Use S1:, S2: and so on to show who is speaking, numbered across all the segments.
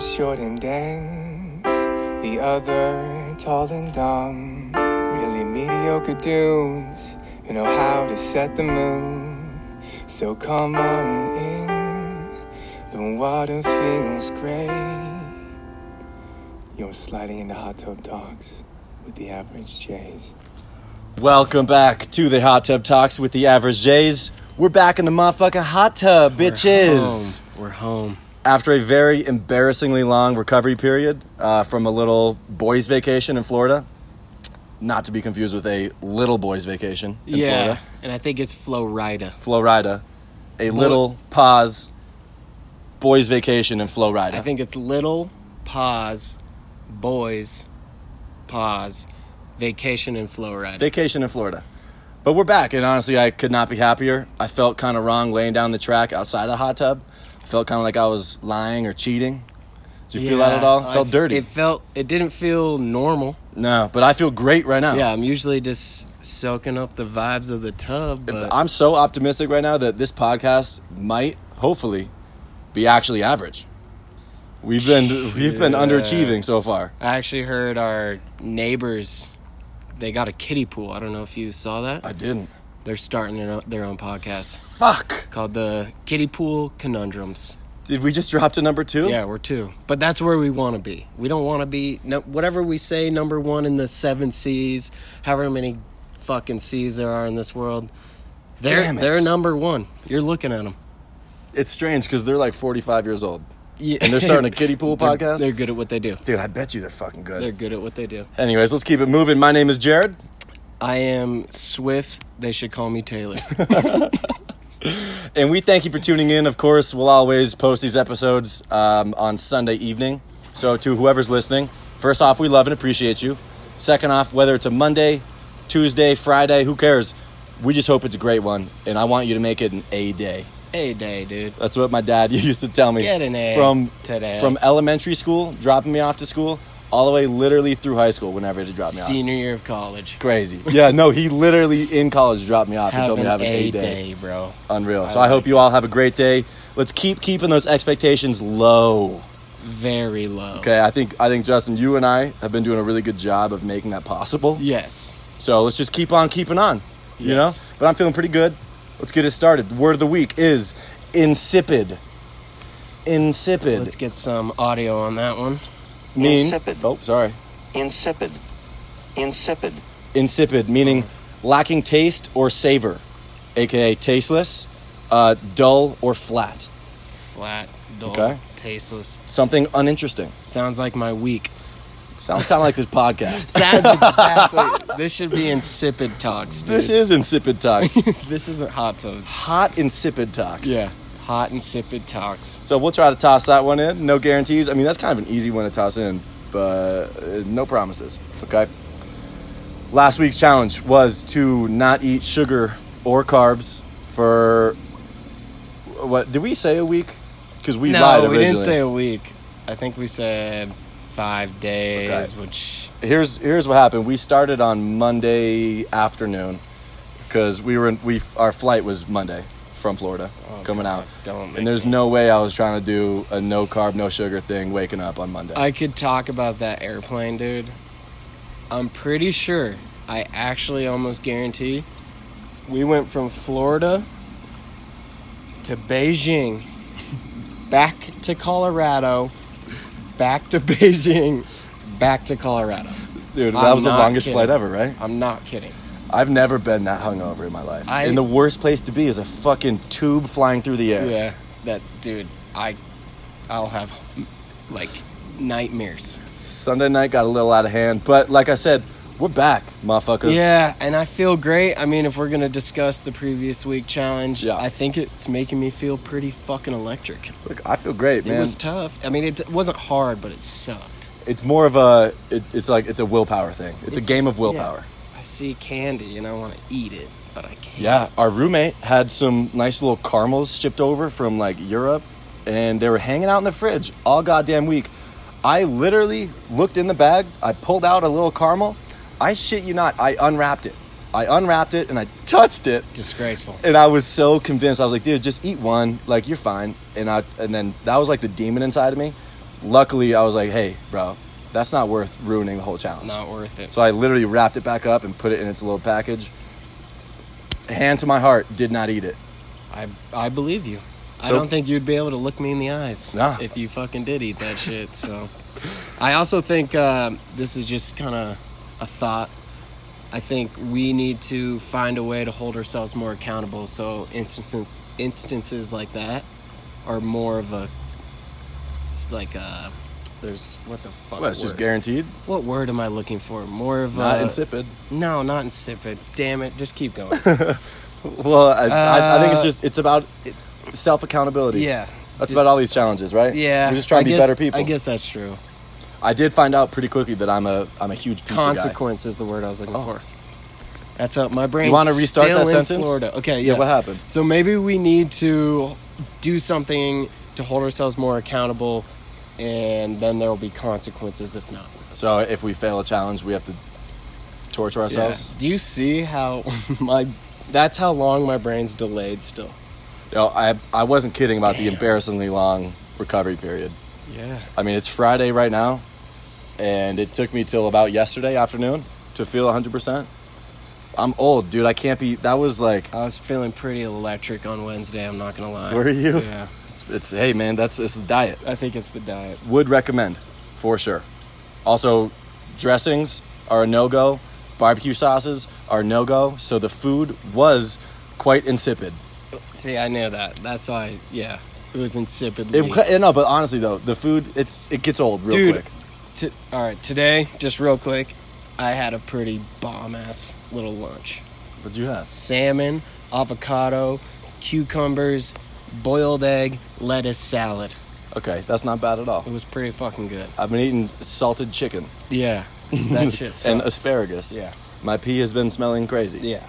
S1: short and dense, the other tall and dumb. Really mediocre dudes who know how to set the mood. So come on in, the water feels great. You're sliding into hot tub talks with the average Jays.
S2: Welcome back to the Hot Tub Talks with the Average Jays. We're back in the motherfucking hot tub, bitches.
S3: We're home.
S2: After a very embarrassingly long recovery period uh, from a little boys' vacation in Florida, not to be confused with a little boys' vacation in
S3: yeah,
S2: Florida,
S3: and I think it's Flo Rida.
S2: Florida, a little pause, boys' vacation in Florida.
S3: I think it's Little Pause Boys Pause Vacation in Flo Rida.
S2: vacation in Florida. But we're back, and honestly, I could not be happier. I felt kind of wrong laying down the track outside of the hot tub. I felt kind of like I was lying or cheating. Did you feel that at all?
S3: I-
S2: felt dirty.
S3: Oh, It felt. It didn't feel normal.
S2: no, but I feel great right now.
S3: Yeah, I'm usually just soaking up the vibes of the tub. But
S2: I'm so optimistic right now that this podcast might, hopefully, be actually average. We've been we've been
S3: Yeah.
S2: underachieving so far.
S3: I actually heard our neighbors. They got a kiddie pool. I don't know if you saw that.
S2: I didn't.
S3: They're starting their own- their own podcast
S2: Fuck.
S3: called the Kiddie Pool Conundrums.
S2: Did we just drop to number two?
S3: Yeah, we're two. But that's where we want to be. We don't want to be no, whatever we say number one in the seven C's, however many fucking C's there are in this world. They're
S2: Damn it.
S3: they're number one. You're looking at them.
S2: It's strange because they're like 45 years old and they're starting a kiddie pool podcast.
S3: They're good at what they do.
S2: Dude, I bet you they're fucking good.
S3: They're good at what they do.
S2: Anyways, let's keep it moving. My name is Jared.
S3: I am Swift. They should call me Taylor.
S2: and we thank you for tuning in. Of course, we'll always post these episodes um, on Sunday evening. So, to whoever's listening, first off, we love and appreciate you. Second off, whether it's a Monday, Tuesday, Friday, who cares? We just hope it's a great one, and I want you to make it an A day.
S3: hey, day, dude.
S2: That's what my dad used to tell me.
S3: Get an A
S2: from
S3: today.
S2: from elementary school, dropping me off to school, all the way literally through high school. Whenever he dropped me off,
S3: Senior year of college.
S2: crazy. Yeah, no, he literally in college dropped me off. and
S3: Have
S2: told me
S3: an
S2: to have an
S3: A
S2: A
S3: day, bro.
S2: Unreal.
S3: I
S2: so I hope
S3: like
S2: you all have a great day. Let's keep keeping those expectations low.
S3: Very low.
S2: Okay, I think I think Justin, you and I have been doing a really good job of making that possible.
S3: Yes.
S2: So let's just keep on keeping on. You know?
S3: Yes.
S2: But I'm feeling pretty good. Let's get it started. The word of the week is insipid. Insipid
S3: Let's get some audio on that one.
S2: means
S4: Insipid.
S2: Oh, sorry.
S4: Insipid. Insipid.
S2: Insipid meaning lacking taste or savor, aka tasteless, uh, dull or flat.
S3: Flat, dull,
S2: Okay.
S3: tasteless.
S2: Something uninteresting.
S3: Sounds like my week.
S2: Sounds kind of like this podcast.
S3: Sounds exactly. this should be insipid talks. Dude.
S2: This is insipid talks.
S3: this isn't hot tub.
S2: Hot insipid talks.
S3: hot insipid talks.
S2: So we'll try to toss that one in. No guarantees. I mean, that's kind of an easy one to toss in, but uh, no promises. Okay. Last week's challenge was to not eat sugar or carbs for what did we say a week? Because we lied
S3: no, we
S2: originally.
S3: didn't say a week. I think we said five days,
S2: Okay.
S3: which
S2: here's here's what happened. We started on Monday afternoon because we were in, we our flight was Monday from Florida coming
S3: Oh, God,
S2: out.
S3: don't make
S2: and there's
S3: me-
S2: no way I was trying to do a no carb, no sugar thing waking up on Monday.
S3: I could talk about that airplane, dude. I'm pretty sure. I actually almost guarantee. We went from Florida to Beijing, back to Colorado, back to Beijing, back to Colorado.
S2: Dude, that
S3: I'm
S2: was the
S3: not
S2: longest
S3: kidding.
S2: flight ever, right?
S3: I'm not kidding.
S2: I've never been that hungover in my life.
S3: I-
S2: and the worst place to be is a fucking tube flying through the air.
S3: Yeah, that dude. I, I'll have like nightmares.
S2: Sunday night got a little out of hand, but like I said, we're back, motherfuckers.
S3: Yeah, and I feel great. I mean, if we're gonna discuss the previous week challenge,
S2: Yeah.
S3: I think it's making me feel pretty fucking electric.
S2: Look, I feel great, man.
S3: It was tough. I mean, it wasn't hard, but it sucked.
S2: it's more of a it, it's like it's a willpower thing. It's, a game of willpower.
S3: yeah. I see candy and I want to eat it, but I can't.
S2: Yeah, our roommate had some nice little caramels shipped over from like Europe, and they were hanging out in the fridge all goddamn week. I literally looked in the bag, I pulled out a little caramel. I shit you not, I unwrapped it. I unwrapped it and I touched it,
S3: Disgraceful.
S2: and I was so convinced. I was like, dude, just eat one, like you're fine. And I and then that was like the demon inside of me. Luckily, I was like, hey, bro, that's not worth ruining the whole challenge.
S3: Not worth it.
S2: So I literally wrapped it back up and put it in its little package. Hand to my heart, did not eat it.
S3: I I believe you. I
S2: So-
S3: don't think you'd be able to look me in the eyes
S2: Nah.
S3: if you fucking did eat that shit. So, I also think uh, this is just kind of a thought. I think we need to find a way to hold ourselves more accountable. So instances instances like that are more of a it's like a there's what the fuck.
S2: Well, it's just
S3: word?
S2: guaranteed,
S3: What word am I looking for? More of
S2: not
S3: a
S2: insipid.
S3: no, not insipid. Damn it, just keep going.
S2: Well, I, I, I think it's
S3: Uh,
S2: just it's about self accountability.
S3: yeah,
S2: that's
S3: just-
S2: about all these challenges, right?
S3: Yeah,
S2: we just trying
S3: I
S2: to be
S3: guess-
S2: better people.
S3: I guess that's true.
S2: I did find out pretty quickly that I'm a I'm a huge pizza guy. Oh.
S3: Consequence is the word I was looking for. That's up. My brain.
S2: You wanna restart
S3: still
S2: that
S3: in
S2: sentence?
S3: Florida. Okay. Yeah.
S2: Yeah, what happened?
S3: So maybe we need to do something to hold ourselves more accountable, and then there will be consequences if not.
S2: So if we fail a challenge, we have to torture ourselves.
S3: Do you see how my? That's how long my brain's delayed still.
S2: No, I I wasn't kidding about the
S3: Damn.
S2: embarrassingly long recovery period.
S3: Yeah.
S2: I mean, it's Friday right now, and it took me till about yesterday afternoon to feel 100%. I'm old, dude. I can't be. That was like,
S3: I was feeling pretty electric on Wednesday. I'm not gonna lie.
S2: Were you?
S3: Yeah.
S2: it's, it's hey, man, that's it's the diet.
S3: I think it's the diet.
S2: Would recommend for sure. Also, dressings are a no go, barbecue sauces are no go. So the food was quite insipid.
S3: See, I knew that. That's why. Yeah. It was insipid.
S2: It, no, but honestly though, the food it's it gets old real
S3: Dude,
S2: quick.
S3: T- all right, today, just real quick, I had a pretty bomb ass little lunch.
S2: But you have
S3: Salmon, avocado, cucumbers, boiled egg, lettuce salad.
S2: okay, that's not bad at all.
S3: It was pretty fucking good.
S2: I've been eating salted chicken
S3: Yeah. That shit sucks.
S2: and uh, asparagus.
S3: Yeah.
S2: My pee has been smelling crazy.
S3: Yeah. Um,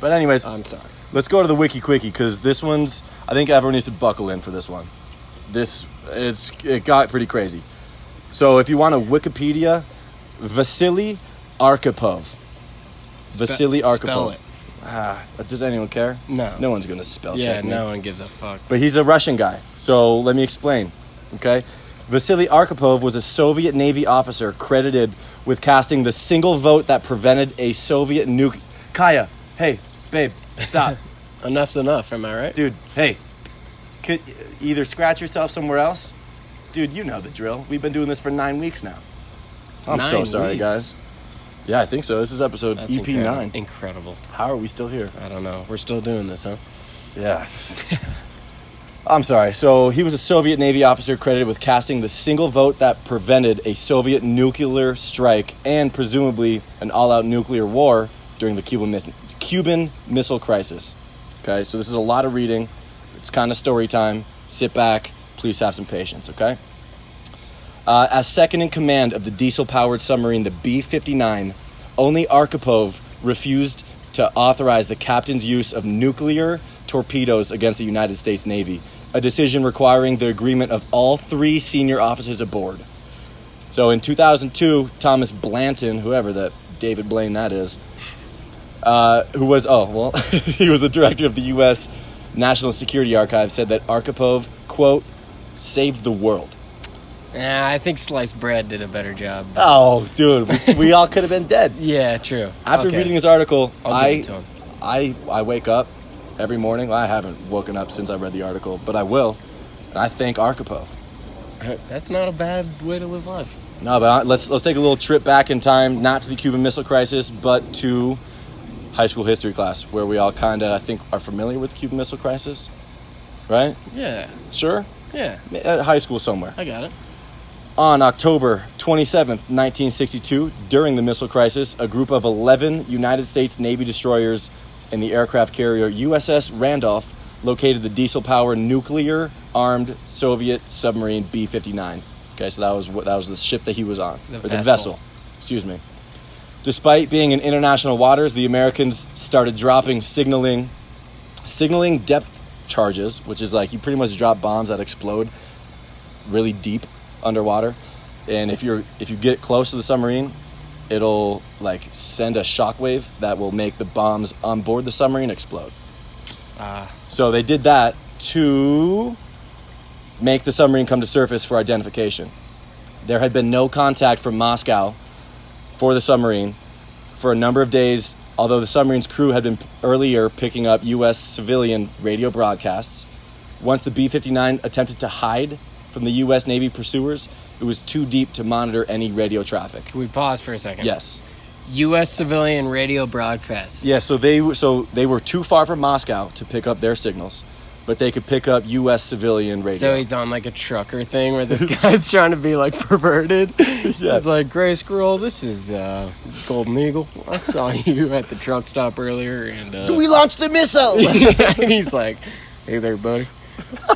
S2: But anyways,
S3: I'm sorry.
S2: let's go to the wiki quickie because this one's. I think everyone needs to buckle in for this one. This it's it got pretty crazy. So if you want to Wikipedia, Vasily Arkhipov. Vasily Arkhipov.
S3: Spell it.
S2: Ah, does anyone care?
S3: No.
S2: No one's gonna spell
S3: Yeah,
S2: check me.
S3: no one gives a fuck.
S2: But he's a Russian guy. So let me explain. Okay? Vasily Arkhipov was a Soviet Navy officer credited with casting the single vote that prevented a Soviet nuke. Kaya, hey, babe, stop.
S3: Enough's enough, am I right?
S2: Dude, hey. Could either scratch yourself somewhere else? Dude, you know the drill. We've been doing this for nine weeks now. I'm so
S3: Nine
S2: sorry,
S3: weeks.
S2: guys. Yeah, I think so. This is episode
S3: That's
S2: EP9.
S3: incredible. Incredible.
S2: How are we still here?
S3: I don't know. We're still doing this, huh?
S2: Yeah. I'm sorry. So he was a Soviet Navy officer credited with casting the single vote that prevented a Soviet nuclear strike and presumably an all-out nuclear war during the Cuban mis- Cuban Missile Crisis. Okay, so this is a lot of reading. It's kind of story time. Sit back. Please have some patience. Okay. Uh, as second in command of the diesel-powered submarine, the B-59, only Arkhipov refused to authorize the captain's use of nuclear torpedoes against the United States Navy, a decision requiring the agreement of all three senior officers aboard. So in 2002, Thomas Blanton, whoever that David Blaine that is, uh, who was oh well, he was the director of the U.S. National Security Archive, said that Arkhipov quote saved the world.
S3: Nah, I think sliced bread did a better job.
S2: Oh, dude, we, we all could have been dead.
S3: Yeah, true.
S2: Uh, After
S3: Okay.
S2: reading this article,
S3: I'll give
S2: I,
S3: it to him.
S2: I, I wake up every morning. I haven't woken up since I read the article, but I will. And I thank Arkhipov.
S3: That's not a bad way to live life.
S2: No, but I, let's let's take a little trip back in time, not to the Cuban Missile Crisis, but to high school history class, where we all kind of I think are familiar with the Cuban Missile Crisis, right?
S3: Yeah,
S2: Sure,
S3: yeah,
S2: at high school somewhere.
S3: I got it.
S2: On October 27th, 1962, during the missile crisis, a group of 11 United States Navy destroyers and the aircraft carrier USS Randolph located the diesel powered nuclear armed Soviet submarine B 59. Okay, so that was, what, that was the ship that he was on,
S3: The
S2: or the
S3: vessel.
S2: vessel. Excuse me. Despite being in international waters, the Americans started dropping signaling signaling depth charges, which is like you pretty much drop bombs that explode really deep underwater. And if you're if you get close to the submarine, it'll like send a shockwave that will make the bombs on board the submarine explode.
S3: Ah,
S2: So they did that to make the submarine come to surface for identification. There had been no contact from Moscow for the submarine for a number of days, although the submarine's crew had been p- earlier picking up U.S. civilian radio broadcasts. Once the B 59 attempted to hide from the U.S. Navy pursuers, it was too deep to monitor any radio traffic.
S3: Can we pause for a second?
S2: Yes.
S3: U.S. civilian radio broadcasts.
S2: Yeah, so they so they were too far from Moscow to pick up their signals, but they could pick up U.S. civilian radio.
S3: So he's on like a trucker thing where this guy's trying to be like perverted.
S2: Yes.
S3: He's like, Gray Squirrel, this is uh, Golden Eagle. I saw you at the truck stop earlier. And, uh,
S2: we launched the missile.
S3: and he's like, hey there, buddy.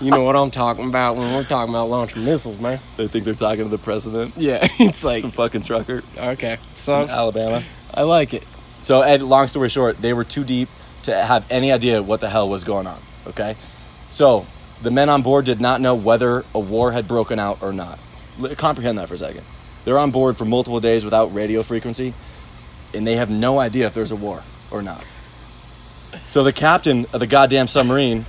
S3: You know what I'm talking about when we're talking about launching missiles, man.
S2: they think they're talking to the president.
S3: Yeah, it's like,
S2: Some fucking trucker
S3: okay,
S2: in
S3: so
S2: Alabama.
S3: I like it.
S2: So, Ed, long story short, they were too deep to have any idea what the hell was going on. Okay, so the men on board did not know whether a war had broken out or not. L- Comprehend that for a second. They're on board for multiple days without radio frequency, and they have no idea if there's a war or not. So the captain of the goddamn submarine,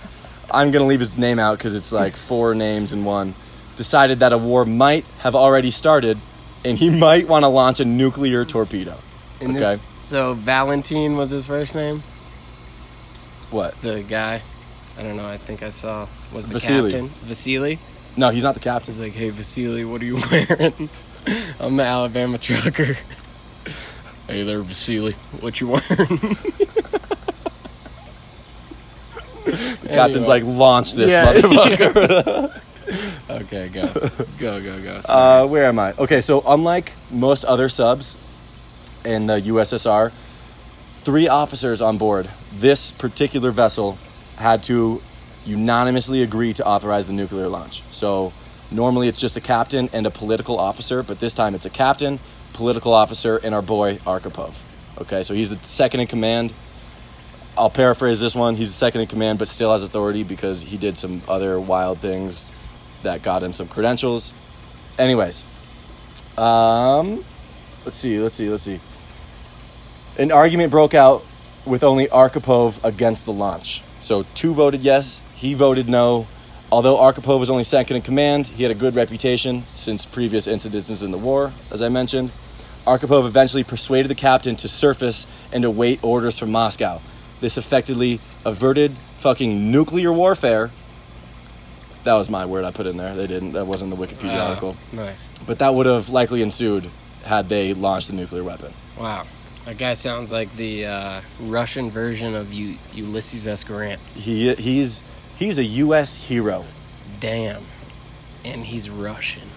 S2: I'm gonna leave his name out because it's like four names in one, decided that a war might have already started, and he might want to launch a nuclear torpedo.
S3: And
S2: okay,
S3: this, so Valentine was his first name,
S2: what?
S3: the guy. I don't know. I think I saw was the
S2: Vasily.
S3: captain Vasily.
S2: No, he's not the captain.
S3: He's like, "Hey, Vasily, what are you wearing?" I'm the Alabama trucker. hey there, Vasily, what you wearing?
S2: The captain's like,
S3: Anyway.
S2: launch this
S3: Yeah.
S2: motherfucker.
S3: okay, go, go, go, go.
S2: Uh, where am I? Okay, so unlike most other subs in the USSR, three officers on board this particular vessel had to unanimously agree to authorize the nuclear launch. So normally it's just a captain and a political officer, but this time it's a captain, political officer, and our boy Arkhipov. Okay, so he's the second in command. I'll paraphrase this one. He's the second in command, but still has authority because he did some other wild things that got him some credentials. Anyways, um, let's see, let's see, let's see. An argument broke out with only Arkhipov against the launch. So two voted yes, he voted no. Although Arkhipov was only second in command, he had a good reputation since previous incidences in the war, as I mentioned. Arkhipov eventually persuaded the captain to surface and await orders from Moscow. This effectively averted fucking nuclear warfare. That was my word I put in there. They didn't. That wasn't the Wikipedia
S3: Wow,
S2: article
S3: Uh, Nice.
S2: but that would have likely ensued had they launched a nuclear weapon.
S3: Wow. That guy sounds like the uh, Russian version of U- Ulysses S. Grant.
S2: He he's he's a U.S. hero,
S3: Damn. And he's Russian.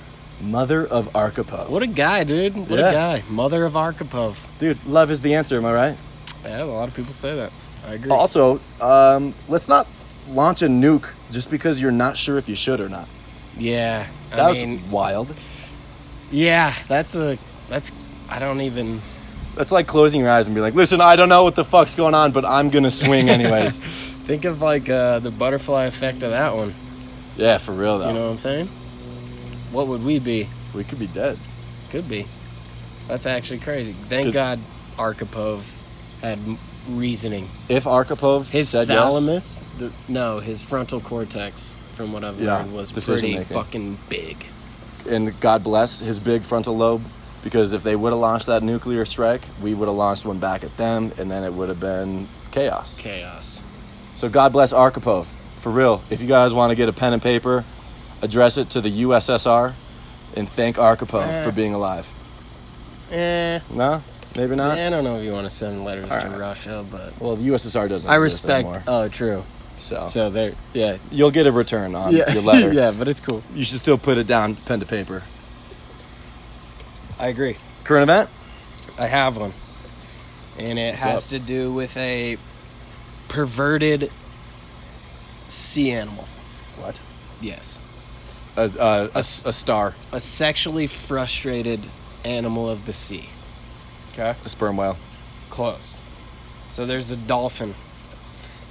S2: mother of Arkhipov.
S3: What a guy, dude. What
S2: Yeah.
S3: a guy. Mother of Arkhipov.
S2: dude! Love is the answer. Am I right?
S3: Yeah, a lot of people say that. I agree.
S2: Also, um, let's not launch a nuke just because you're not sure if you should or not.
S3: yeah. I
S2: That's
S3: mean,
S2: wild.
S3: yeah, that's a. That's. I don't even.
S2: That's like closing your eyes and be like, "Listen, I don't know what the fuck's going on, but I'm gonna swing anyways."
S3: Think of like uh, the butterfly effect of that one.
S2: yeah, for real though.
S3: You know what I'm saying? What would we be?
S2: we could be dead.
S3: Could be. That's actually crazy. Thank
S2: 'Cause-
S3: God Arkhipov had m- reasoning.
S2: If Arkhipov
S3: His
S2: said yes-
S3: thalamus, the, no, his frontal cortex, from what I've
S2: Yeah,
S3: learned, was pretty
S2: decision-making.
S3: fucking big.
S2: and God bless his big frontal lobe because if they would have launched that nuclear strike, we would have launched one back at them and then it would have been chaos.
S3: Chaos.
S2: So God bless Arkhipov. For real, if you guys want to get a pen and paper, address it to the USSR and thank Arkhipov
S3: Eh.
S2: for being alive.
S3: Eh,
S2: No? Maybe not?
S3: I don't know if you want to send letters to
S2: Alright.
S3: Russia, but
S2: Well, the USSR doesn't
S3: I
S2: exist
S3: respect.
S2: anymore.
S3: Oh, true.
S2: so.
S3: So there, yeah,
S2: you'll get a return on
S3: yeah,
S2: your letter.
S3: yeah, but it's cool.
S2: You should still put it down pen to paper.
S3: I agree.
S2: Current event?
S3: I have one, and it
S2: What's
S3: has
S2: up?
S3: to do with a perverted sea animal.
S2: What?
S3: Yes,
S2: A, a, a, a star,
S3: a sexually frustrated animal of the sea. Okay.
S2: a sperm whale.
S3: Close. So there's a dolphin.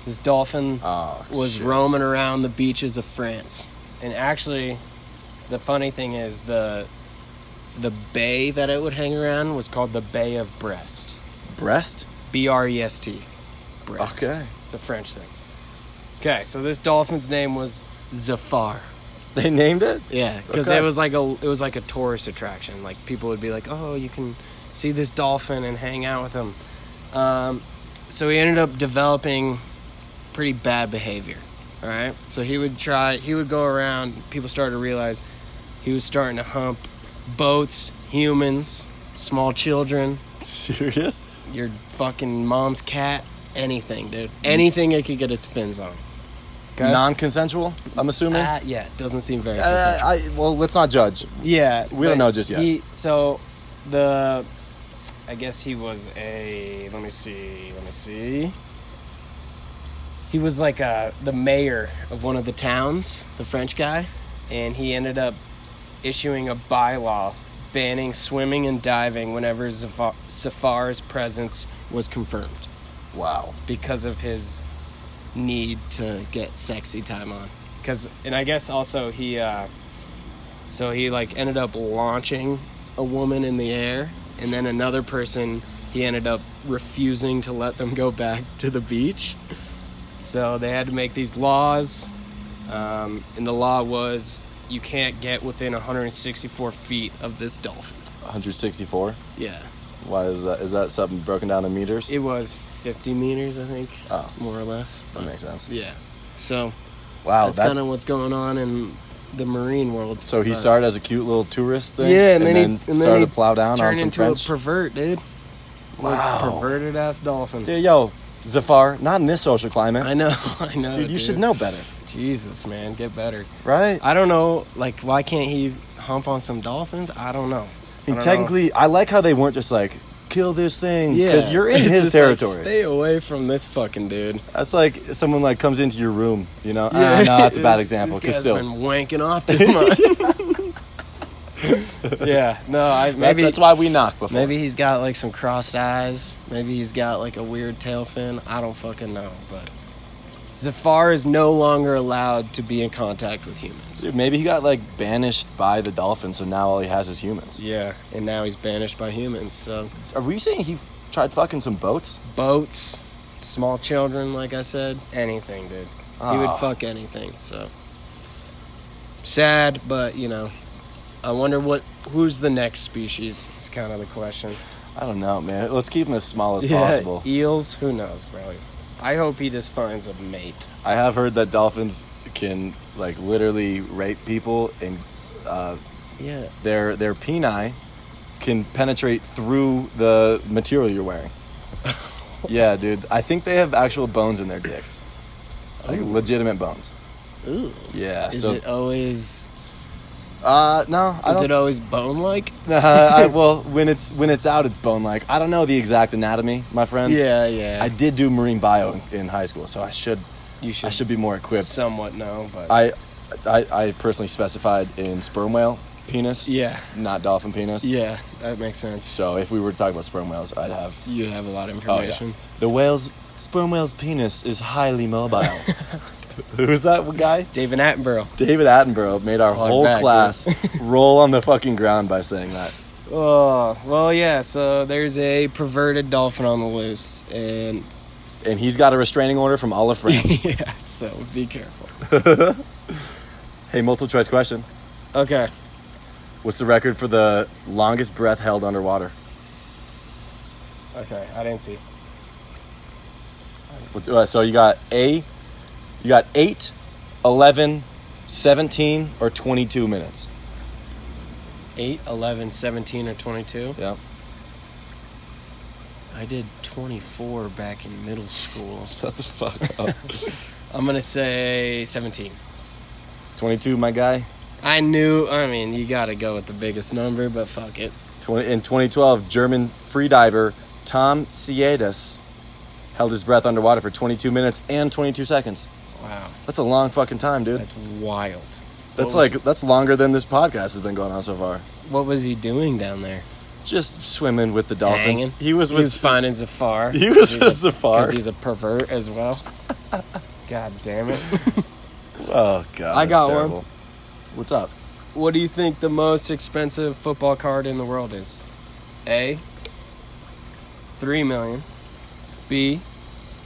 S3: This dolphin
S2: Oh,
S3: was
S2: shit.
S3: roaming around the beaches of France. And actually, the funny thing is the the bay that it would hang around was called the Bay of Brest.
S2: Breast?
S3: B R E S T. Brest.
S2: Okay.
S3: It's a French thing. Okay, so this dolphin's name was Zafar.
S2: They named it?
S3: Yeah, because
S2: Okay.
S3: it was like a it was like a tourist attraction. Like people would be like, "Oh, you can see this dolphin and hang out with him." Um, so he ended up developing pretty bad behavior. All right, so he would try. He would go around. People started to realize he was starting to hump boats, humans, small children,
S2: Serious?
S3: your fucking mom's cat, anything, dude. Anything it could get its fins on. Okay.
S2: Non consensual, I'm assuming?
S3: Ah, yeah, it doesn't seem very.
S2: Uh,
S3: consensual.
S2: I, well, let's not judge.
S3: Yeah,
S2: We don't
S3: but
S2: know just yet.
S3: He, so the, I guess he was a. Let me see. Let me see. He was like uh the mayor of one of the towns, the French guy, and he ended up issuing a bylaw banning swimming and diving whenever Zafar, Safar's presence was confirmed
S2: Wow.
S3: because of his need to get sexy time on. Because, and I guess also he, uh, so he like ended up launching a woman in the air, and then another person he ended up refusing to let them go back to the beach. So they had to make these laws, um, and the law was you can't get within 164 feet of this dolphin.
S2: 164.
S3: Yeah,
S2: Why is that? Is that something broken down in meters?
S3: it was 50 meters, I think,
S2: Oh.
S3: more or less.
S2: that makes sense.
S3: Yeah. So
S2: Wow.
S3: that's
S2: Oh, that,
S3: kind of what's going on in the marine world.
S2: so he
S3: But-
S2: started as a cute little tourist thing.
S3: Yeah, and then, he and then
S2: started
S3: he
S2: to plow down on
S3: turned
S2: some
S3: into
S2: French.
S3: a pervert, dude.
S2: Wow.
S3: perverted ass dolphin.
S2: Dude, yo, Zafar, not in this social climate.
S3: I know, I know,
S2: dude, you should know better,
S3: Jesus, man, get better.
S2: right? I,
S3: I don't know, like, why can't he hump on some dolphins? I don't know.
S2: mean,
S3: I don't know.
S2: technically, I like how they weren't just like kill this thing
S3: yeah,
S2: because you're in
S3: It's
S2: his
S3: just like,
S2: territory.
S3: stay away from this fucking dude.
S2: That's like someone like comes into your room, you know? Yeah. Ah, no, that's a bad example.
S3: This
S2: Because
S3: guy's
S2: still,
S3: been wanking off too much. yeah, no, I
S2: that-
S3: maybe
S2: that's why we knock before.
S3: Maybe he's got like some crossed eyes. Maybe he's got like a weird tail fin. I don't fucking know, but Zafar is no longer allowed to be in contact with humans.
S2: Dude, maybe he got like banished by the dolphin, so now all he has is humans.
S3: Yeah, and now he's banished by humans. So
S2: Are we saying he f- tried fucking some boats?
S3: boats, small children, like I said, anything, dude. Ah. He
S2: Oh.
S3: would fuck anything. So sad, but you know, I wonder what who's the next species. Is kind of the question.
S2: I don't know, man. Let's keep him as small as possible.
S3: Eels, who knows, bro? I hope he just finds a mate.
S2: I have heard that dolphins can like literally rape people, and uh,
S3: Yeah.
S2: their their peni can penetrate through the material you're wearing. yeah, dude. I think they have actual bones in their dicks, like legitimate bones.
S3: Ooh.
S2: Yeah.
S3: Is
S2: so,
S3: it always
S2: uh, no, I
S3: is
S2: don't.
S3: it always bone like?
S2: I, well, when it's when it's out, it's bone like. I don't know the exact anatomy, my friend.
S3: Yeah, yeah.
S2: I did do marine bio in, in high school, so I should
S3: you
S2: I should be more equipped.
S3: somewhat know, but
S2: I, I, I personally specified in sperm whale penis,
S3: yeah,
S2: not dolphin penis.
S3: yeah, that makes sense.
S2: So if we were to talk about sperm whales, I'd have.
S3: You'd have a lot of
S2: Oh yeah.
S3: information.
S2: The whale's sperm whale's penis is highly mobile. Who's that guy?
S3: David Attenborough.
S2: David Attenborough made our
S3: Hard
S2: whole
S3: back, dude.
S2: class roll on the fucking ground by saying that.
S3: Oh well, yeah. So there's a perverted dolphin on the loose, and
S2: And he's got a restraining order from all of France.
S3: yeah. So be careful.
S2: hey, multiple choice question.
S3: Okay.
S2: What's the record for the longest breath held underwater?
S3: Okay. I didn't see.
S2: What- uh, So you got A, you got 8, 11, 17, or 22 minutes.
S3: 8, 11, 17, or 22.
S2: Yep.
S3: I did 24 back in middle school.
S2: Shut the fuck up.
S3: I'm going to say 17.
S2: 22, my guy.
S3: I knew, I mean, you got to go with the biggest number, but fuck it.
S2: 20, in 2012, German freediver Tom Siedas held his breath underwater for 22 minutes and 22 seconds.
S3: Wow.
S2: That's a long fucking time, dude.
S3: That's wild.
S2: That's
S3: what was-
S2: like that's longer than this podcast has been going on so far.
S3: What was he doing down there?
S2: Just swimming with the dolphins.
S3: Hanging?
S2: He was
S3: He
S2: with
S3: was finding Zafar.
S2: He was with Zafar.
S3: Because he's a pervert as well. God damn it.
S2: Oh god.
S3: I
S2: that's
S3: got one.
S2: terrible. What's up?
S3: What do you think the most expensive football card in the world is? A. Three million. B.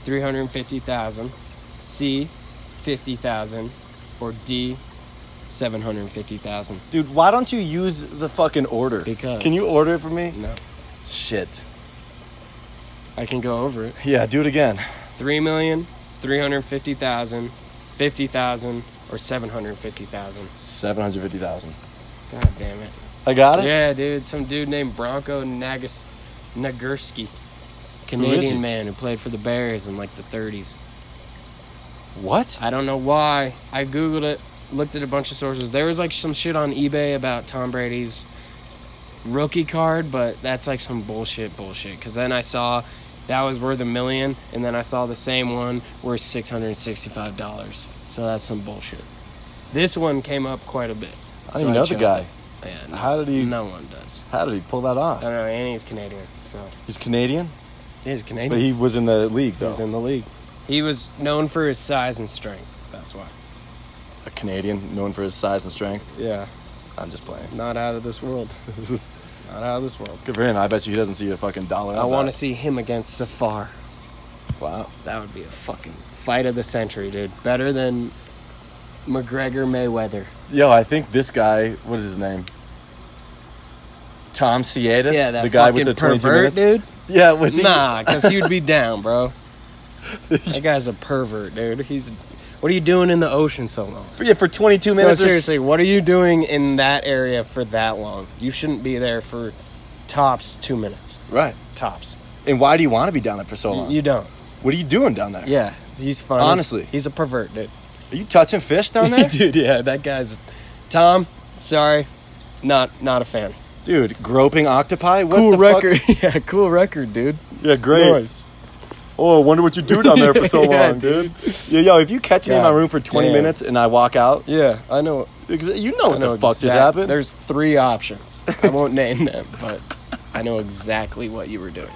S3: Three hundred fifty thousand. C. Fifty thousand. Or D. seven hundred fifty thousand.
S2: Dude, why don't you use the fucking order?
S3: Because-
S2: Can you order it for me?
S3: No,
S2: Shit.
S3: I can go over it.
S2: Yeah, do it again.
S3: Three million, three hundred fifty thousand, fifty thousand, or seven hundred fifty thousand.
S2: 750,000.
S3: God damn it!
S2: I got it?
S3: Yeah, dude, some dude named Bronco Nagas Nagurski,
S2: he?
S3: Canadian man who played for the Bears in like the '30s.
S2: What?
S3: I don't know why. I googled it, looked at a bunch of sources. There was like some shit on eBay about Tom Brady's rookie card, but that's like some bullshit bullshit. Because then I saw that was worth a million, and then I saw the same one worth six hundred sixty-five dollars. So that's some bullshit. This one came up quite a bit.
S2: I don't even know the
S3: chose
S2: guy.
S3: it. Yeah, no,
S2: How did he-
S3: No one does.
S2: How did he pull that
S3: I
S2: off?
S3: don't know, and he's Canadian, so
S2: He's Canadian,
S3: he's Canadian.
S2: but he was in the league, though.
S3: he's in the league. He was known for his size and strength. That's why.
S2: a Canadian, known for his size and strength.
S3: Yeah.
S2: I'm just playing.
S3: not out of this world. not out of this world.
S2: Good for him. I bet you he doesn't see a fucking dollar.
S3: I want to see him against Safar.
S2: Wow.
S3: That would be a fucking fight of the century, dude. Better than McGregor Mayweather.
S2: Yo, I think this guy, what is his name? Tom Ciatis?
S3: yeah, that
S2: the guy with
S3: fucking
S2: the 22
S3: pervert,
S2: minutes?
S3: dude.
S2: Yeah, was he?
S3: Nah, because he'd be down, bro. That guy's a pervert, dude. He's. What are you doing in the ocean so long?
S2: For, yeah, for 22
S3: No,
S2: minutes. or s-
S3: seriously, what are you doing in that area for that long? You shouldn't be there for tops two minutes.
S2: Right.
S3: Tops.
S2: And why do you want to be down there for so
S3: You-
S2: long?
S3: you don't.
S2: what are you doing down there?
S3: Yeah, he's fun.
S2: Honestly.
S3: he's a pervert, dude.
S2: Are you touching fish down there?
S3: dude, yeah, that guy's Tom. Sorry, not not a fan.
S2: Dude, groping octopi? What
S3: cool
S2: the fuck?
S3: record, yeah, cool record, dude.
S2: Yeah, great.
S3: Noise.
S2: Oh, I wonder what you do down there for so
S3: Yeah,
S2: long, dude. Yeah, yo, if you catch me in my
S3: God
S2: room for 20
S3: damn.
S2: minutes and I walk out,
S3: Yeah, I know.
S2: ex- you know
S3: I
S2: what
S3: know
S2: the fuck just
S3: exact-
S2: happened.
S3: There's three options. I won't name them, but I know exactly what you were doing.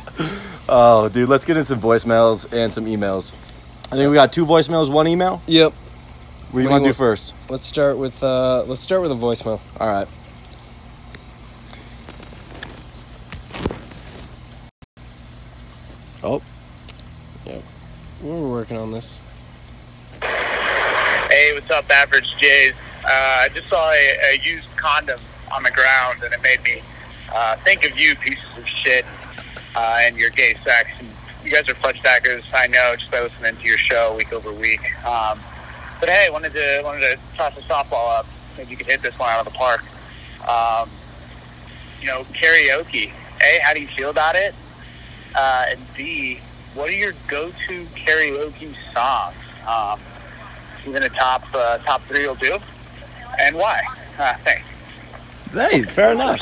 S2: Oh, dude, let's get in some voicemails and some emails. I think we got two voicemails, one email.
S3: Yep.
S2: What do you
S3: What
S2: want
S3: do
S2: to
S3: you
S2: do first?
S3: Let's start with uh, let's start with a voicemail.
S2: All right. Oh,
S3: Yep. We're working on this.
S5: Hey, what's up, Average Jays? Uh, I just saw a, a used condom on the ground, and it made me uh, think of you, pieces of shit, uh, and your gay sex. And you guys are fudge daggers, I know, just by listening to your show week over week. Um, but hey, wanted to wanted to toss a softball up. Maybe you could hit this one out of the park. Um, you know, karaoke. A, how do you feel about it? Uh, and B, what are your go-to karaoke songs? Um, even a top uh, top three will do, and why? Uh, thanks.
S2: hey, fair enough.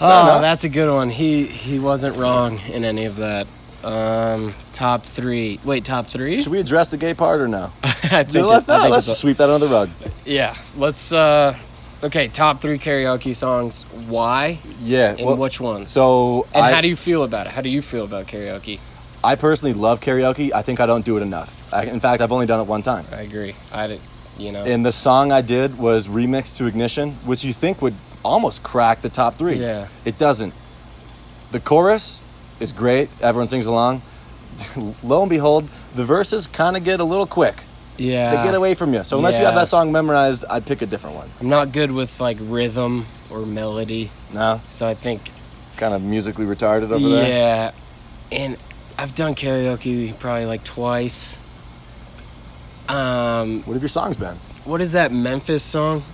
S3: Oh,
S2: enough.
S3: that's a good one. He he wasn't wrong in any of that. Um, top three. Wait, top three?
S2: Should we address the gay part or no?
S3: I think
S2: Dude, let's
S3: it- I
S2: no,
S3: think
S2: let's
S3: it's a-
S2: sweep that under the rug.
S3: Yeah, let's. uh Okay, top three karaoke songs. Why
S2: Yeah.
S3: and
S2: well,
S3: which ones?
S2: So
S3: and
S2: I,
S3: how do you feel about it? How do you feel about karaoke?
S2: I personally love karaoke. I think I don't do it enough. I, in fact, I've only done it one time.
S3: I agree. I did. You know.
S2: And the song I did was remixed to Ignition, which you think would almost crack the top three.
S3: Yeah.
S2: It doesn't. The chorus is great, everyone sings along. Lo and behold, the verses kind of get a little quick.
S3: yeah.
S2: They get away from you. So unless you have
S3: Yeah.
S2: that song memorized, I'd pick a different one.
S3: I'm not good with like rhythm or melody,
S2: No?
S3: so I think.
S2: Kind of musically retarded over
S3: yeah,
S2: there.
S3: and I've done karaoke probably like twice. Um,
S2: What have your songs been?
S3: what is that Memphis song?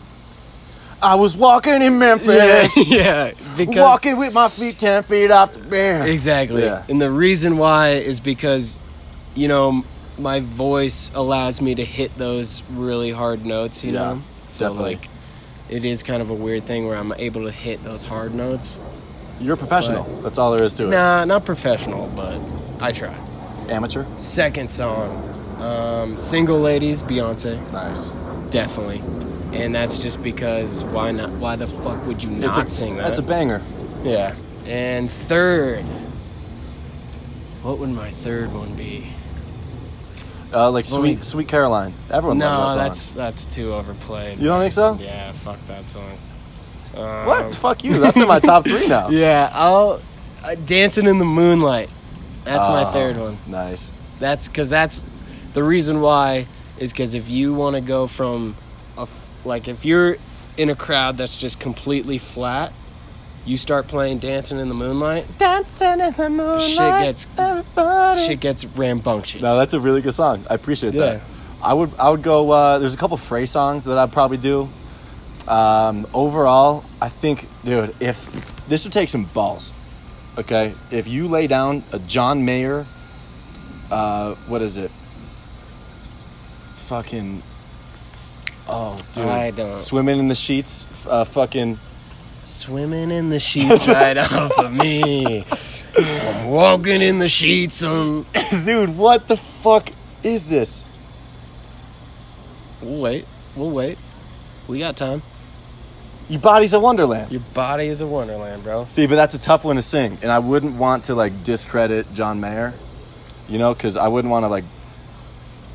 S2: I was walking in Memphis.
S3: yeah. Because
S2: Walking with my feet 10 feet off the ground.
S3: Exactly.
S2: Yeah.
S3: And the reason why is because, you know, m- my voice allows me to hit those really hard notes, you
S2: Yeah,
S3: know? So,
S2: definitely.
S3: like, it is kind of a weird thing where I'm able to hit those hard notes.
S2: You're a professional. That's all there is to it.
S3: Nah, not professional, but I try.
S2: Amateur.
S3: Second song um, Single Ladies, Beyonce.
S2: Nice.
S3: Definitely. And that's just because why not? Why the fuck would you not
S2: It's a,
S3: sing that?
S2: That's a banger.
S3: Yeah. And third, what would my third one be?
S2: Uh, like
S3: Well, we-
S2: Sweet Sweet Caroline. Everyone
S3: No,
S2: loves that
S3: that's
S2: song.
S3: that's too overplayed.
S2: You don't think so?
S3: Yeah, fuck that song. Um,
S2: What? Fuck you. That's in my top three now.
S3: Yeah, I'll uh, dancing in the moonlight. That's my
S2: Oh,
S3: third one.
S2: Nice.
S3: That's because that's the reason why is because if you want to go from a f- Like if you're in a crowd that's just completely flat, you start playing Dancing in the Moonlight.
S2: Dancing in the moonlight.
S3: gets-
S2: everybody.
S3: Shit gets rambunctious.
S2: No, that's a really good song. I appreciate that.
S3: Yeah.
S2: I would I would go. Uh, there's a couple Frey songs that I'd probably do. Um, overall, I think, dude, if this would take some balls, okay? If you lay down a John Mayer, uh, what is it? Fucking. Oh, dude.
S3: I don't-
S2: Swimming in the sheets. f- Uh, fucking.
S3: swimming in the sheets right off of me. I'm walking in the sheets. Um,
S2: dude, what the fuck is this?
S3: we'll wait. We'll wait. We got time.
S2: Your body's a wonderland.
S3: Your body is a wonderland, bro.
S2: See, but that's a tough one to sing, and I wouldn't want to like discredit John Mayer, you know, because I wouldn't want to like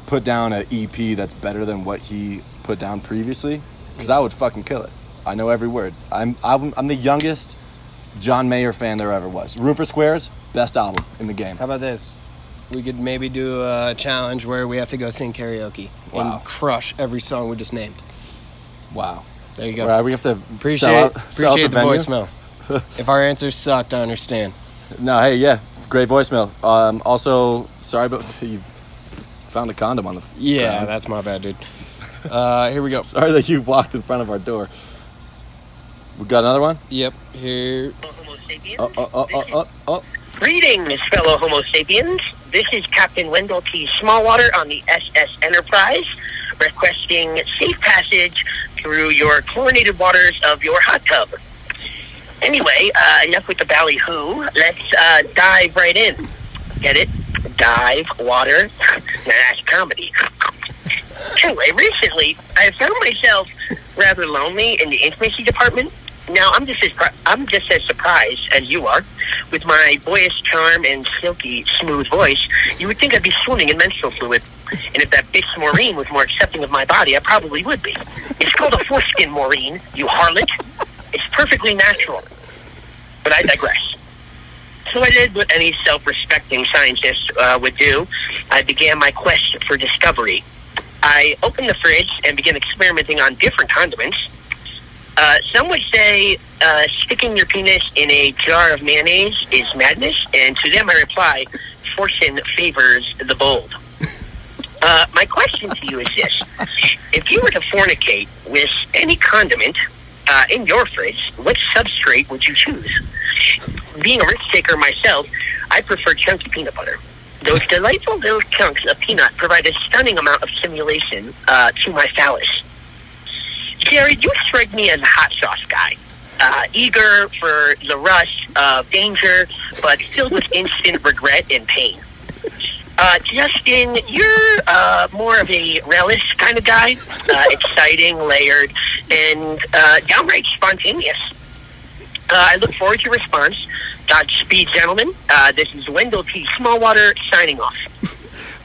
S2: put down an EP that's better than what he put down previously, because I would fucking kill it. I know every word. I'm I'm, I'm the youngest John Mayer fan there ever was. Room for Squares, best album in the game.
S3: How about this? We could maybe do a challenge where we have to go sing karaoke
S2: Wow.
S3: and crush every song we just named.
S2: Wow.
S3: There you go.
S2: All right, we have to
S3: Appreciate
S2: sell out, sell out
S3: appreciate the,
S2: venue.
S3: voicemail. if our answers sucked, I understand.
S2: No, hey, yeah, great voicemail. Um, also, sorry, but you found a condom on the ground.
S3: that's my bad, dude. Uh, here we go.
S2: Sorry that you walked in front of our door. We got another one?
S3: Yep. Here.
S6: Homo sapiens.
S2: Oh, oh, oh, oh, oh, oh.
S6: Greetings, fellow Homo sapiens. This is Captain Wendell T. Smallwater on the SS Enterprise, requesting safe passage through your chlorinated waters of your hot tub. Anyway, uh, enough with the ballyhoo. Let's uh, dive right in. Get it? Dive, water. Now That's comedy. Anyway, recently I found myself rather lonely in the intimacy department. Now I'm just as pr- I'm just as surprised as you are. With my boyish charm and silky smooth voice, you would think I'd be swimming in menstrual fluid. And if that bitch Maureen was more accepting of my body, I probably would be. It's called a foreskin, Maureen. You harlot. It's perfectly natural. But I digress. So I did what any self-respecting scientist uh, would do. I began my quest for discovery. I opened the fridge and began experimenting on different condiments. Uh, some would say uh, sticking your penis in a jar of mayonnaise is madness, and to them I reply, fortune favors the bold. Uh, my question to you is this: If you were to fornicate with any condiment uh, in your fridge, what substrate would you choose? Being a risk taker myself, I prefer chunky peanut butter. Those delightful little chunks of peanut provide a stunning amount of stimulation uh, to my phallus. Jerry, you strike me as a hot sauce guy. Uh, eager for the rush of danger, but filled with instant regret and pain. Uh, Justin, you're uh, more of a relish kind of guy. Uh, exciting, layered, and uh, downright spontaneous. Uh, I look forward to your response. Godspeed, gentlemen. Uh, this is Wendell T. Smallwater signing off.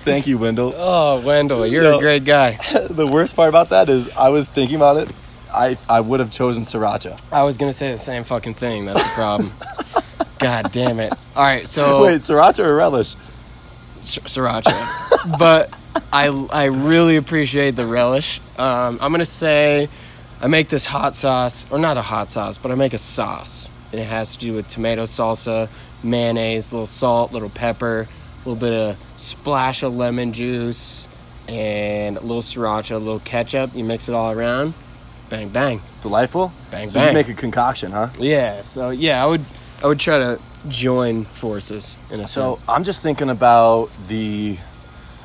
S2: Thank you, Wendell.
S3: Oh, Wendell, you're
S2: No.
S3: a great guy.
S2: the worst part about that is I was thinking about it. I, I would have chosen Sriracha.
S3: I was gonna say the same fucking thing. That's the problem. God damn it. All right, so
S2: Wait, Sriracha or Relish?
S3: s- sriracha, but I I really appreciate the relish. Um, I'm gonna say I make this hot sauce, or not a hot sauce, but I make a sauce, and it has to do with tomato salsa, mayonnaise, little salt, little pepper, a little bit of splash of lemon juice, and a little sriracha, a little ketchup. You mix it all around, bang bang.
S2: Delightful?
S3: Bang,
S2: so you
S3: bang.
S2: make a concoction, huh?
S3: Yeah. So yeah, I would I would try to join forces in a
S2: So
S3: sense.
S2: I'm just thinking about the,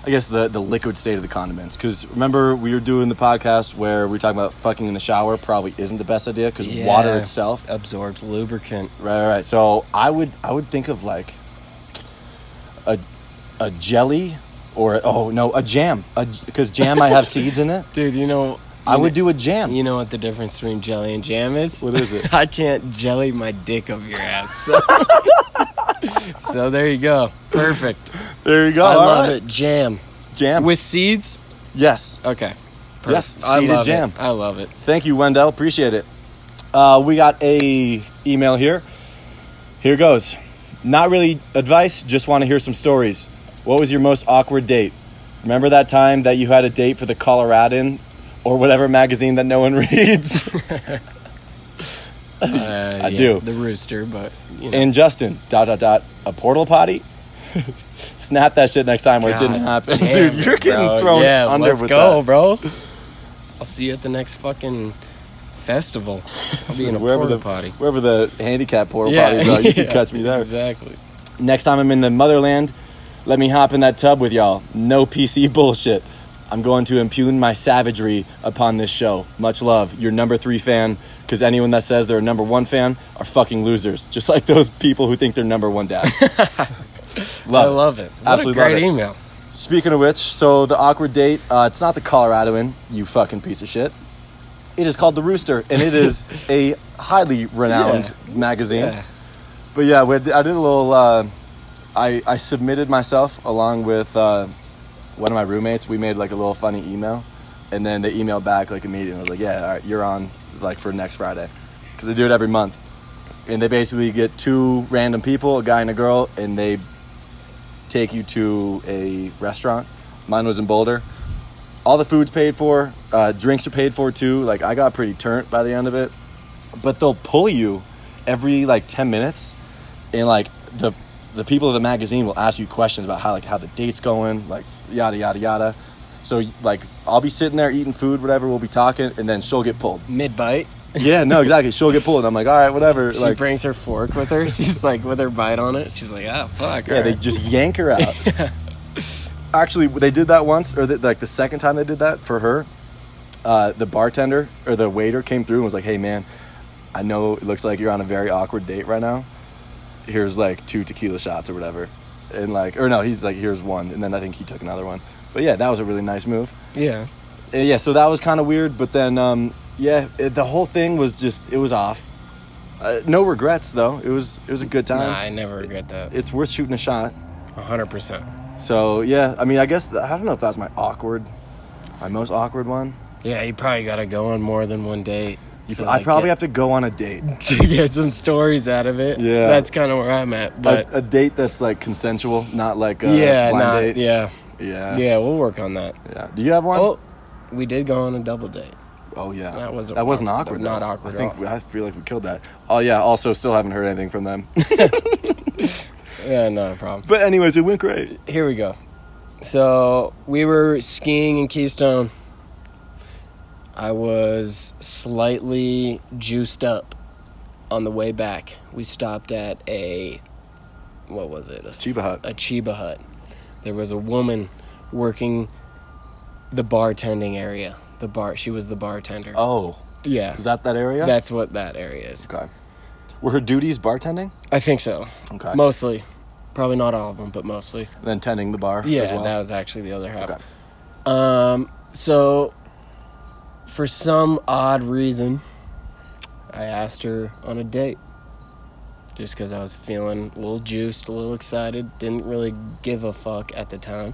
S2: I guess the the liquid state of the condiments. Because remember we were doing the podcast where we were talking about fucking in the shower probably isn't the best idea because
S3: Yeah.
S2: water itself
S3: absorbs lubricant.
S2: Right, right, right. So I would I would think of like a a jelly or oh no a jam because jam might have seeds in it.
S3: Dude, you know,
S2: I would do a jam.
S3: You know what the difference between jelly and jam is?
S2: What is it?
S3: I can't jelly my dick up your ass. So, So there you go. Perfect.
S2: there you go.
S3: I
S2: all
S3: love
S2: right.
S3: it. Jam
S2: Jam
S3: with seeds.
S2: yes.
S3: Okay.
S2: Yes,
S3: I
S2: seeded
S3: love
S2: jam.
S3: It. I love it.
S2: Thank you, Wendell. Appreciate it. Uh, we got a email here. Here goes. Not really advice. Just want to hear some stories. What was your most awkward date? Remember that time that you had a date for the Coloradan or whatever magazine that no one reads.
S3: Uh,
S2: I do.
S3: The rooster, but you know.
S2: and Justin, dot dot dot, a portal potty. Snap that shit next time where it
S3: God
S2: didn't happen,
S3: damn
S2: dude.
S3: it,
S2: You're getting
S3: bro.
S2: thrown
S3: yeah,
S2: under
S3: let's
S2: with
S3: go,
S2: that.
S3: bro. I'll see you at the next fucking festival. I'll be in a
S2: wherever
S3: porta
S2: the
S3: potty.
S2: wherever the handicap portal
S3: Yeah,
S2: potties are, you can
S3: yeah,
S2: catch me there.
S3: Exactly.
S2: Next time I'm in the motherland, let me hop in that tub with y'all. No PC bullshit. I'm going to impugn my savagery upon this show. Much love, your number three fan, because anyone that says they're a number one fan are fucking losers, just like those people who think they're number one dads.
S3: I
S2: love it.
S3: love it. What
S2: Absolutely
S3: a
S2: love
S3: great
S2: it.
S3: email.
S2: Speaking of which, so the awkward date, uh, it's not the Coloradoan, you fucking piece of shit. It is called The Rooster, and it is a highly renowned magazine.
S3: Yeah.
S2: But yeah, we had, I did a little. Uh, I I submitted myself along with uh, one of my roommates. We made like a little funny email, and then they emailed back like immediately. I was like, "Yeah, all right, you're on like for next Friday," because they do it every month, and they basically get two random people, a guy and a girl, and they take you to a restaurant. Mine was in Boulder. All the food's paid for, uh, drinks are paid for too. Like I got pretty turnt by the end of it but they'll pull you every like 10 minutes and like the the people of the magazine will ask you questions about how like how the date's going like yada yada yada so like i'll be sitting there eating food whatever we'll be talking and then she'll get pulled
S3: Mid bite.
S2: yeah no exactly she'll get pulled and i'm like all right whatever
S3: She
S2: like
S3: brings her fork with her. She's like with her bite on it. She's like, ah, fuck.
S2: yeah they
S3: alright."
S2: just yank her out actually they did that once or the, like the second time they did that for her uh, the bartender or the waiter came through and was like hey man i know it looks like you're on a very awkward date right now here's like two tequila shots or whatever and like or no he's like here's one and then i think he took another one but yeah that was a really nice move
S3: yeah.
S2: uh, yeah, so that was kind of weird, but then um, yeah, it, the whole thing was just it was off. Uh, no regrets though. It was it was a good time.
S3: Nah, I never regret that.
S2: It's worth shooting a shot.
S3: hundred percent.
S2: So yeah, I mean, I guess I don't know if that was my awkward, my most awkward one.
S3: Yeah, you probably got to go on more than one date.
S2: You- I probably have to go on a date,
S3: have to get some stories out of it.
S2: Yeah.
S3: that's kind of where I'm at. But
S2: a, a date that's like consensual, not like a
S3: yeah,
S2: blind
S3: not,
S2: date.
S3: yeah,
S2: Yeah.
S3: yeah. We'll work on that.
S2: yeah. Do you have one?
S3: Oh, we did go on a double date.
S2: Oh, yeah,
S3: that wasn't
S2: that wasn't
S3: awkward,
S2: awkward.
S3: not
S2: though.
S3: awkward
S2: I
S3: at
S2: think
S3: all.
S2: I feel like we killed that. Oh yeah. Also, still haven't heard anything from them.
S3: Yeah, no problem.
S2: but anyways, it went great.
S3: Here we go. So we were skiing in Keystone. I was slightly juiced up on the way back. We stopped at a what was it? A
S2: Chiba Hut.
S3: A Chiba Hut. There was a woman working the bartending area. The bar. She was the bartender.
S2: Oh,
S3: yeah.
S2: is that that area?
S3: That's what that area is.
S2: Okay. Were her duties bartending?
S3: I think so.
S2: Okay.
S3: Mostly. Probably not all of them, but mostly.
S2: And then tending the bar
S3: Yeah,
S2: as well?
S3: that was actually the other half.
S2: Okay.
S3: Um, so for some odd reason, I asked her on a date. Just because I was feeling a little juiced, a little excited, didn't really give a fuck at the time.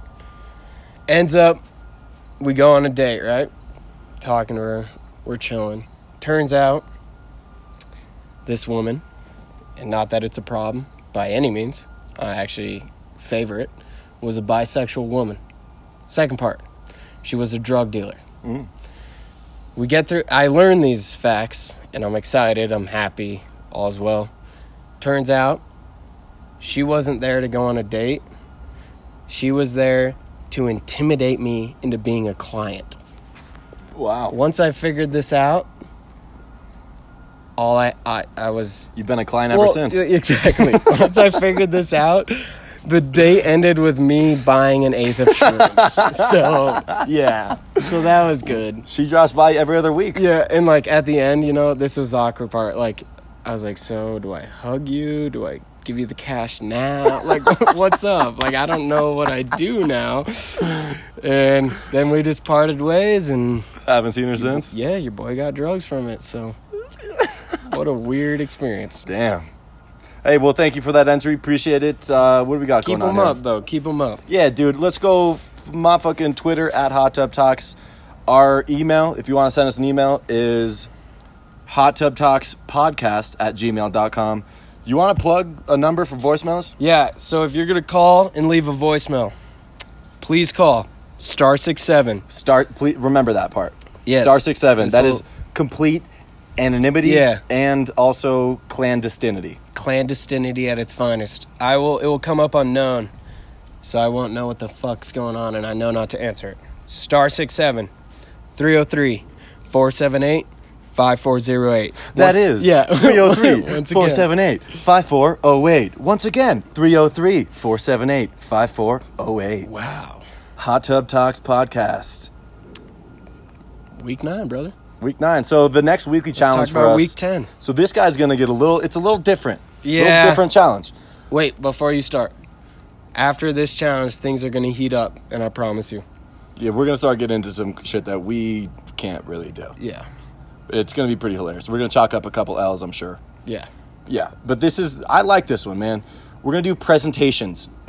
S3: Ends up, we go on a date, right? Talking to her, we're chilling. Turns out, this woman, and not that it's a problem by any means, I actually favor it, was a bisexual woman. Second part, she was a drug dealer. We get through, I learned these facts and I'm excited, I'm happy, all's well. Turns out she wasn't there to go on a date, she was there to intimidate me into being a client.
S2: wow.
S3: Once I figured this out, all I, I, I was
S2: You've been a client ever
S3: well,
S2: since.
S3: e- Exactly. Once I figured this out, the day ended with me buying an eighth of shrooms. so yeah, so that was good.
S2: she drops by every other week.
S3: Yeah, and like at the end, you know, this was the awkward part. Like, I was like, so do I hug you? Do I give you the cash now? Like, what's up? Like, I don't know what I do now. And then we just parted ways, and
S2: Haven't seen her since.
S3: yeah, your boy got drugs from it. So, what a weird experience.
S2: Damn. Hey, well, thank you for that entry. Appreciate it. Uh, what do we got
S3: Keep
S2: going on here?
S3: them up, though. Keep them up.
S2: Yeah, dude. Let's go. f- My fucking Twitter at Hot Tub Talks. Our email, if you want to send us an email, is hot tub talks podcast at gmail.com. You want to plug a number for voicemails?
S3: Yeah, so if you're gonna call and leave a voicemail, please call star six seven.
S2: Start. Please remember that part.
S3: Yes.
S2: Star six seven.
S3: And
S2: That is
S3: so-
S2: complete anonymity
S3: Yeah.
S2: and also clandestinity.
S3: clandestinity at its finest. I will. It will come up unknown, so I won't know what the fuck's going on, and I know not to answer it. Star 67 303 478 5408.
S2: That is
S3: Yeah.
S2: 303
S3: Once again.
S2: 478 5408. Once again, 303 478 5408.
S3: Wow.
S2: Hot Tub Talks Podcast.
S3: Week nine, brother.
S2: Week nine. So the next weekly
S3: Let's
S2: challenge
S3: talk
S2: for
S3: about
S2: us.
S3: week 10.
S2: So this guy's gonna get a little. It's a little different.
S3: Yeah.
S2: Little different challenge.
S3: Wait, before you start, after this challenge, things are going to heat up, and I promise you.
S2: Yeah, we're gonna start getting into some shit that we can't really do.
S3: Yeah.
S2: It's gonna be pretty hilarious. We're gonna chalk up a couple L's, I'm sure.
S3: Yeah.
S2: Yeah, but this is. I like this one, man. We're gonna do presentations,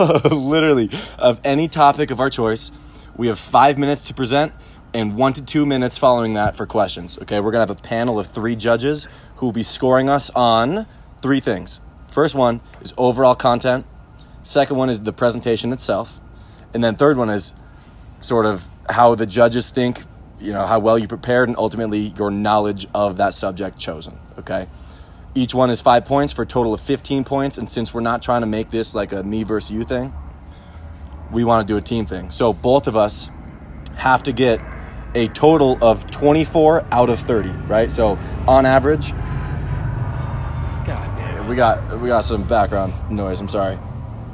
S2: literally, of any topic of our choice. We have five minutes to present, and one to two minutes following that for questions. Okay, we're gonna have a panel of three judges who will be scoring us on three things. First one is overall content. Second one is the presentation itself, and then third one is sort of how the judges think, you know, how well you prepared, and ultimately your knowledge of that subject chosen. Okay. Each one is five points for a total of 15 points. And since we're not trying to make this like a me versus you thing, we want to do a team thing. So both of us have to get a total of 24 out of 30, right? So on average,
S3: God damn.
S2: we got we got some background noise. I'm sorry.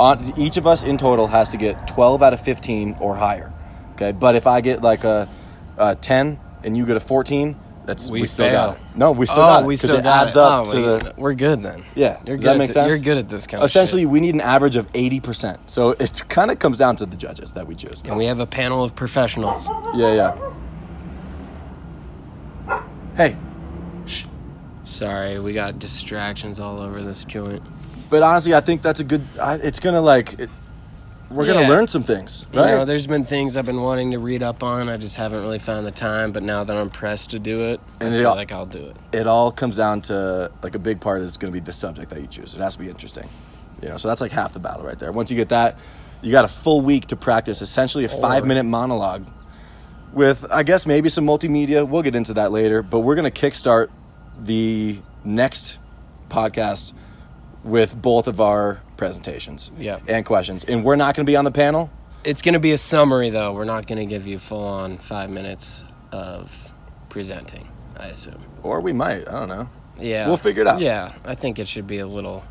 S2: On, each of us in total has to get 12 out of 15 or higher. Okay, but if I get like a, a 10 and you get a 14, that's we,
S3: We
S2: still got it.
S3: fail.
S2: No, we still got
S3: Oh,
S2: it
S3: we
S2: 'cause
S3: still
S2: it
S3: got
S2: adds
S3: it.
S2: up
S3: Oh,
S2: to
S3: we-
S2: the.
S3: We're good then.
S2: Yeah,
S3: You're
S2: does
S3: good
S2: that
S3: at
S2: make
S3: thi-
S2: sense?
S3: You're good at this kind of
S2: Essentially,
S3: shit.
S2: we need an average of 80%. So it kind of comes down to the judges that we choose.
S3: And we have a panel of professionals.
S2: Yeah, yeah. Hey, shh.
S3: Sorry, we got distractions all over this joint.
S2: But honestly, I think that's a good. I, it's gonna like, it, we're gonna
S3: Yeah.
S2: learn some things, right?
S3: You know, there's been things I've been wanting to read up on. I just haven't really found the time. But now that I'm pressed to do it,
S2: And
S3: I
S2: they
S3: feel
S2: all-
S3: like I'll do it.
S2: it all comes down to like a big part is going to be the subject that you choose. It has to be interesting, you know. So that's like half the battle right there. Once you get that, you got a full week to practice essentially a five minute monologue with, I guess, maybe some multimedia. We'll get into that later, but we're going to kickstart the next podcast with both of our presentations
S3: Yep.
S2: and questions. And we're not going to be on the panel.
S3: It's going to be a summary, though. We're not going to give you full on five minutes of presenting, I assume.
S2: Or we might, I don't know.
S3: Yeah.
S2: We'll figure it out.
S3: Yeah. I think it should be a little.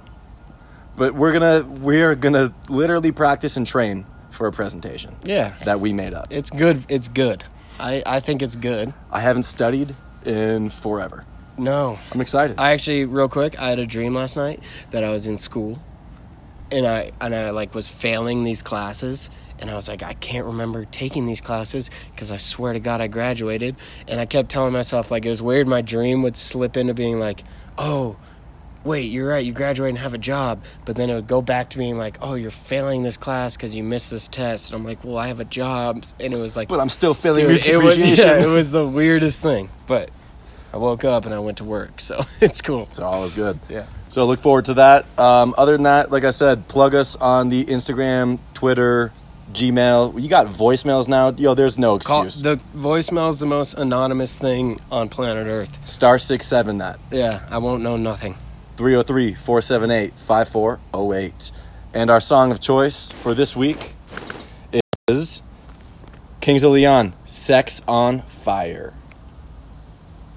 S2: But we're gonna we're gonna literally practice and train for a presentation
S3: Yeah.
S2: that we made up.
S3: It's good. It's good. I, I think it's good.
S2: I haven't studied in forever.
S3: No.
S2: I'm excited.
S3: I actually, real quick, I had a dream last night that I was in school, and I and I like was failing these classes, and I was like, I can't remember taking these classes because I swear to God I graduated, and I kept telling myself like it was weird. My dream would slip into being like, oh. Wait, you're right. You graduate and have a job, but then it would go back to being like, "Oh, you're failing this class because you missed this test." And I'm like, "Well, I have a job," and it was like,
S2: but I'm still feeling
S3: Dude,
S2: music
S3: it was,
S2: appreciation.
S3: yeah, it was the weirdest thing. But I woke up and I went to work, so it's cool.
S2: so all is good.
S3: Yeah.
S2: So look forward to that. Um, other than that, like I said, plug us on the Instagram, Twitter, Gmail. You got voicemails now. Yo, there's no
S3: Call,
S2: excuse.
S3: the voicemail is the most anonymous thing on planet Earth.
S2: Star six seven that.
S3: Yeah, I won't know nothing.
S2: 303-478-5408. And our song of choice for this week is Kings of Leon, Sex on Fire.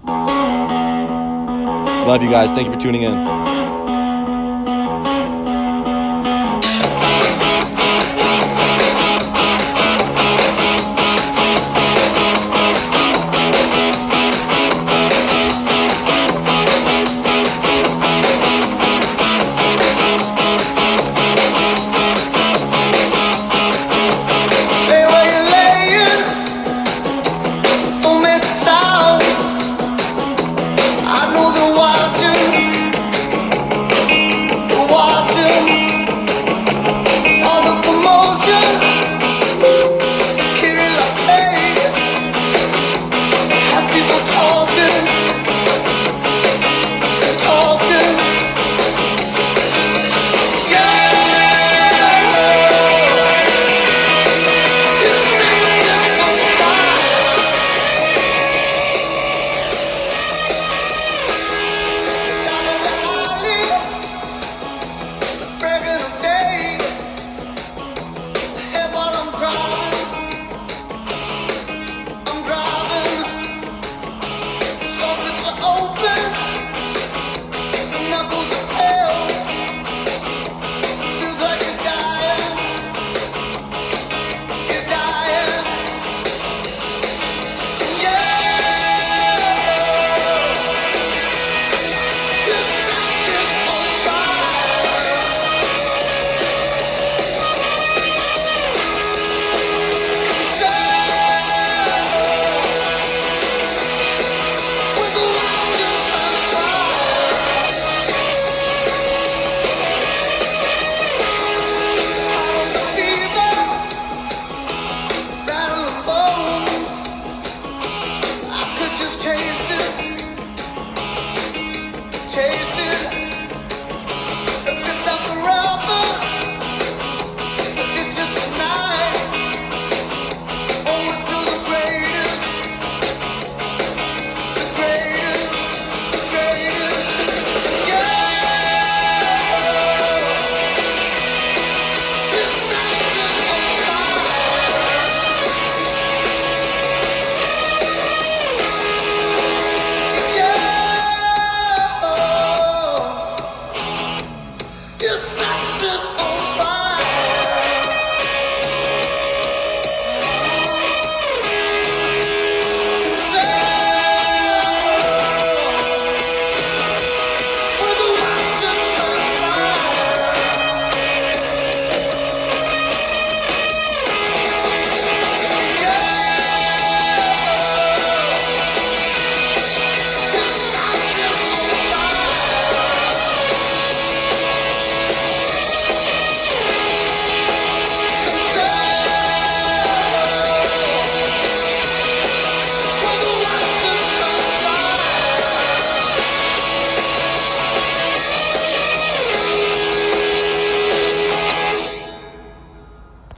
S2: Love you guys. Thank you for tuning in.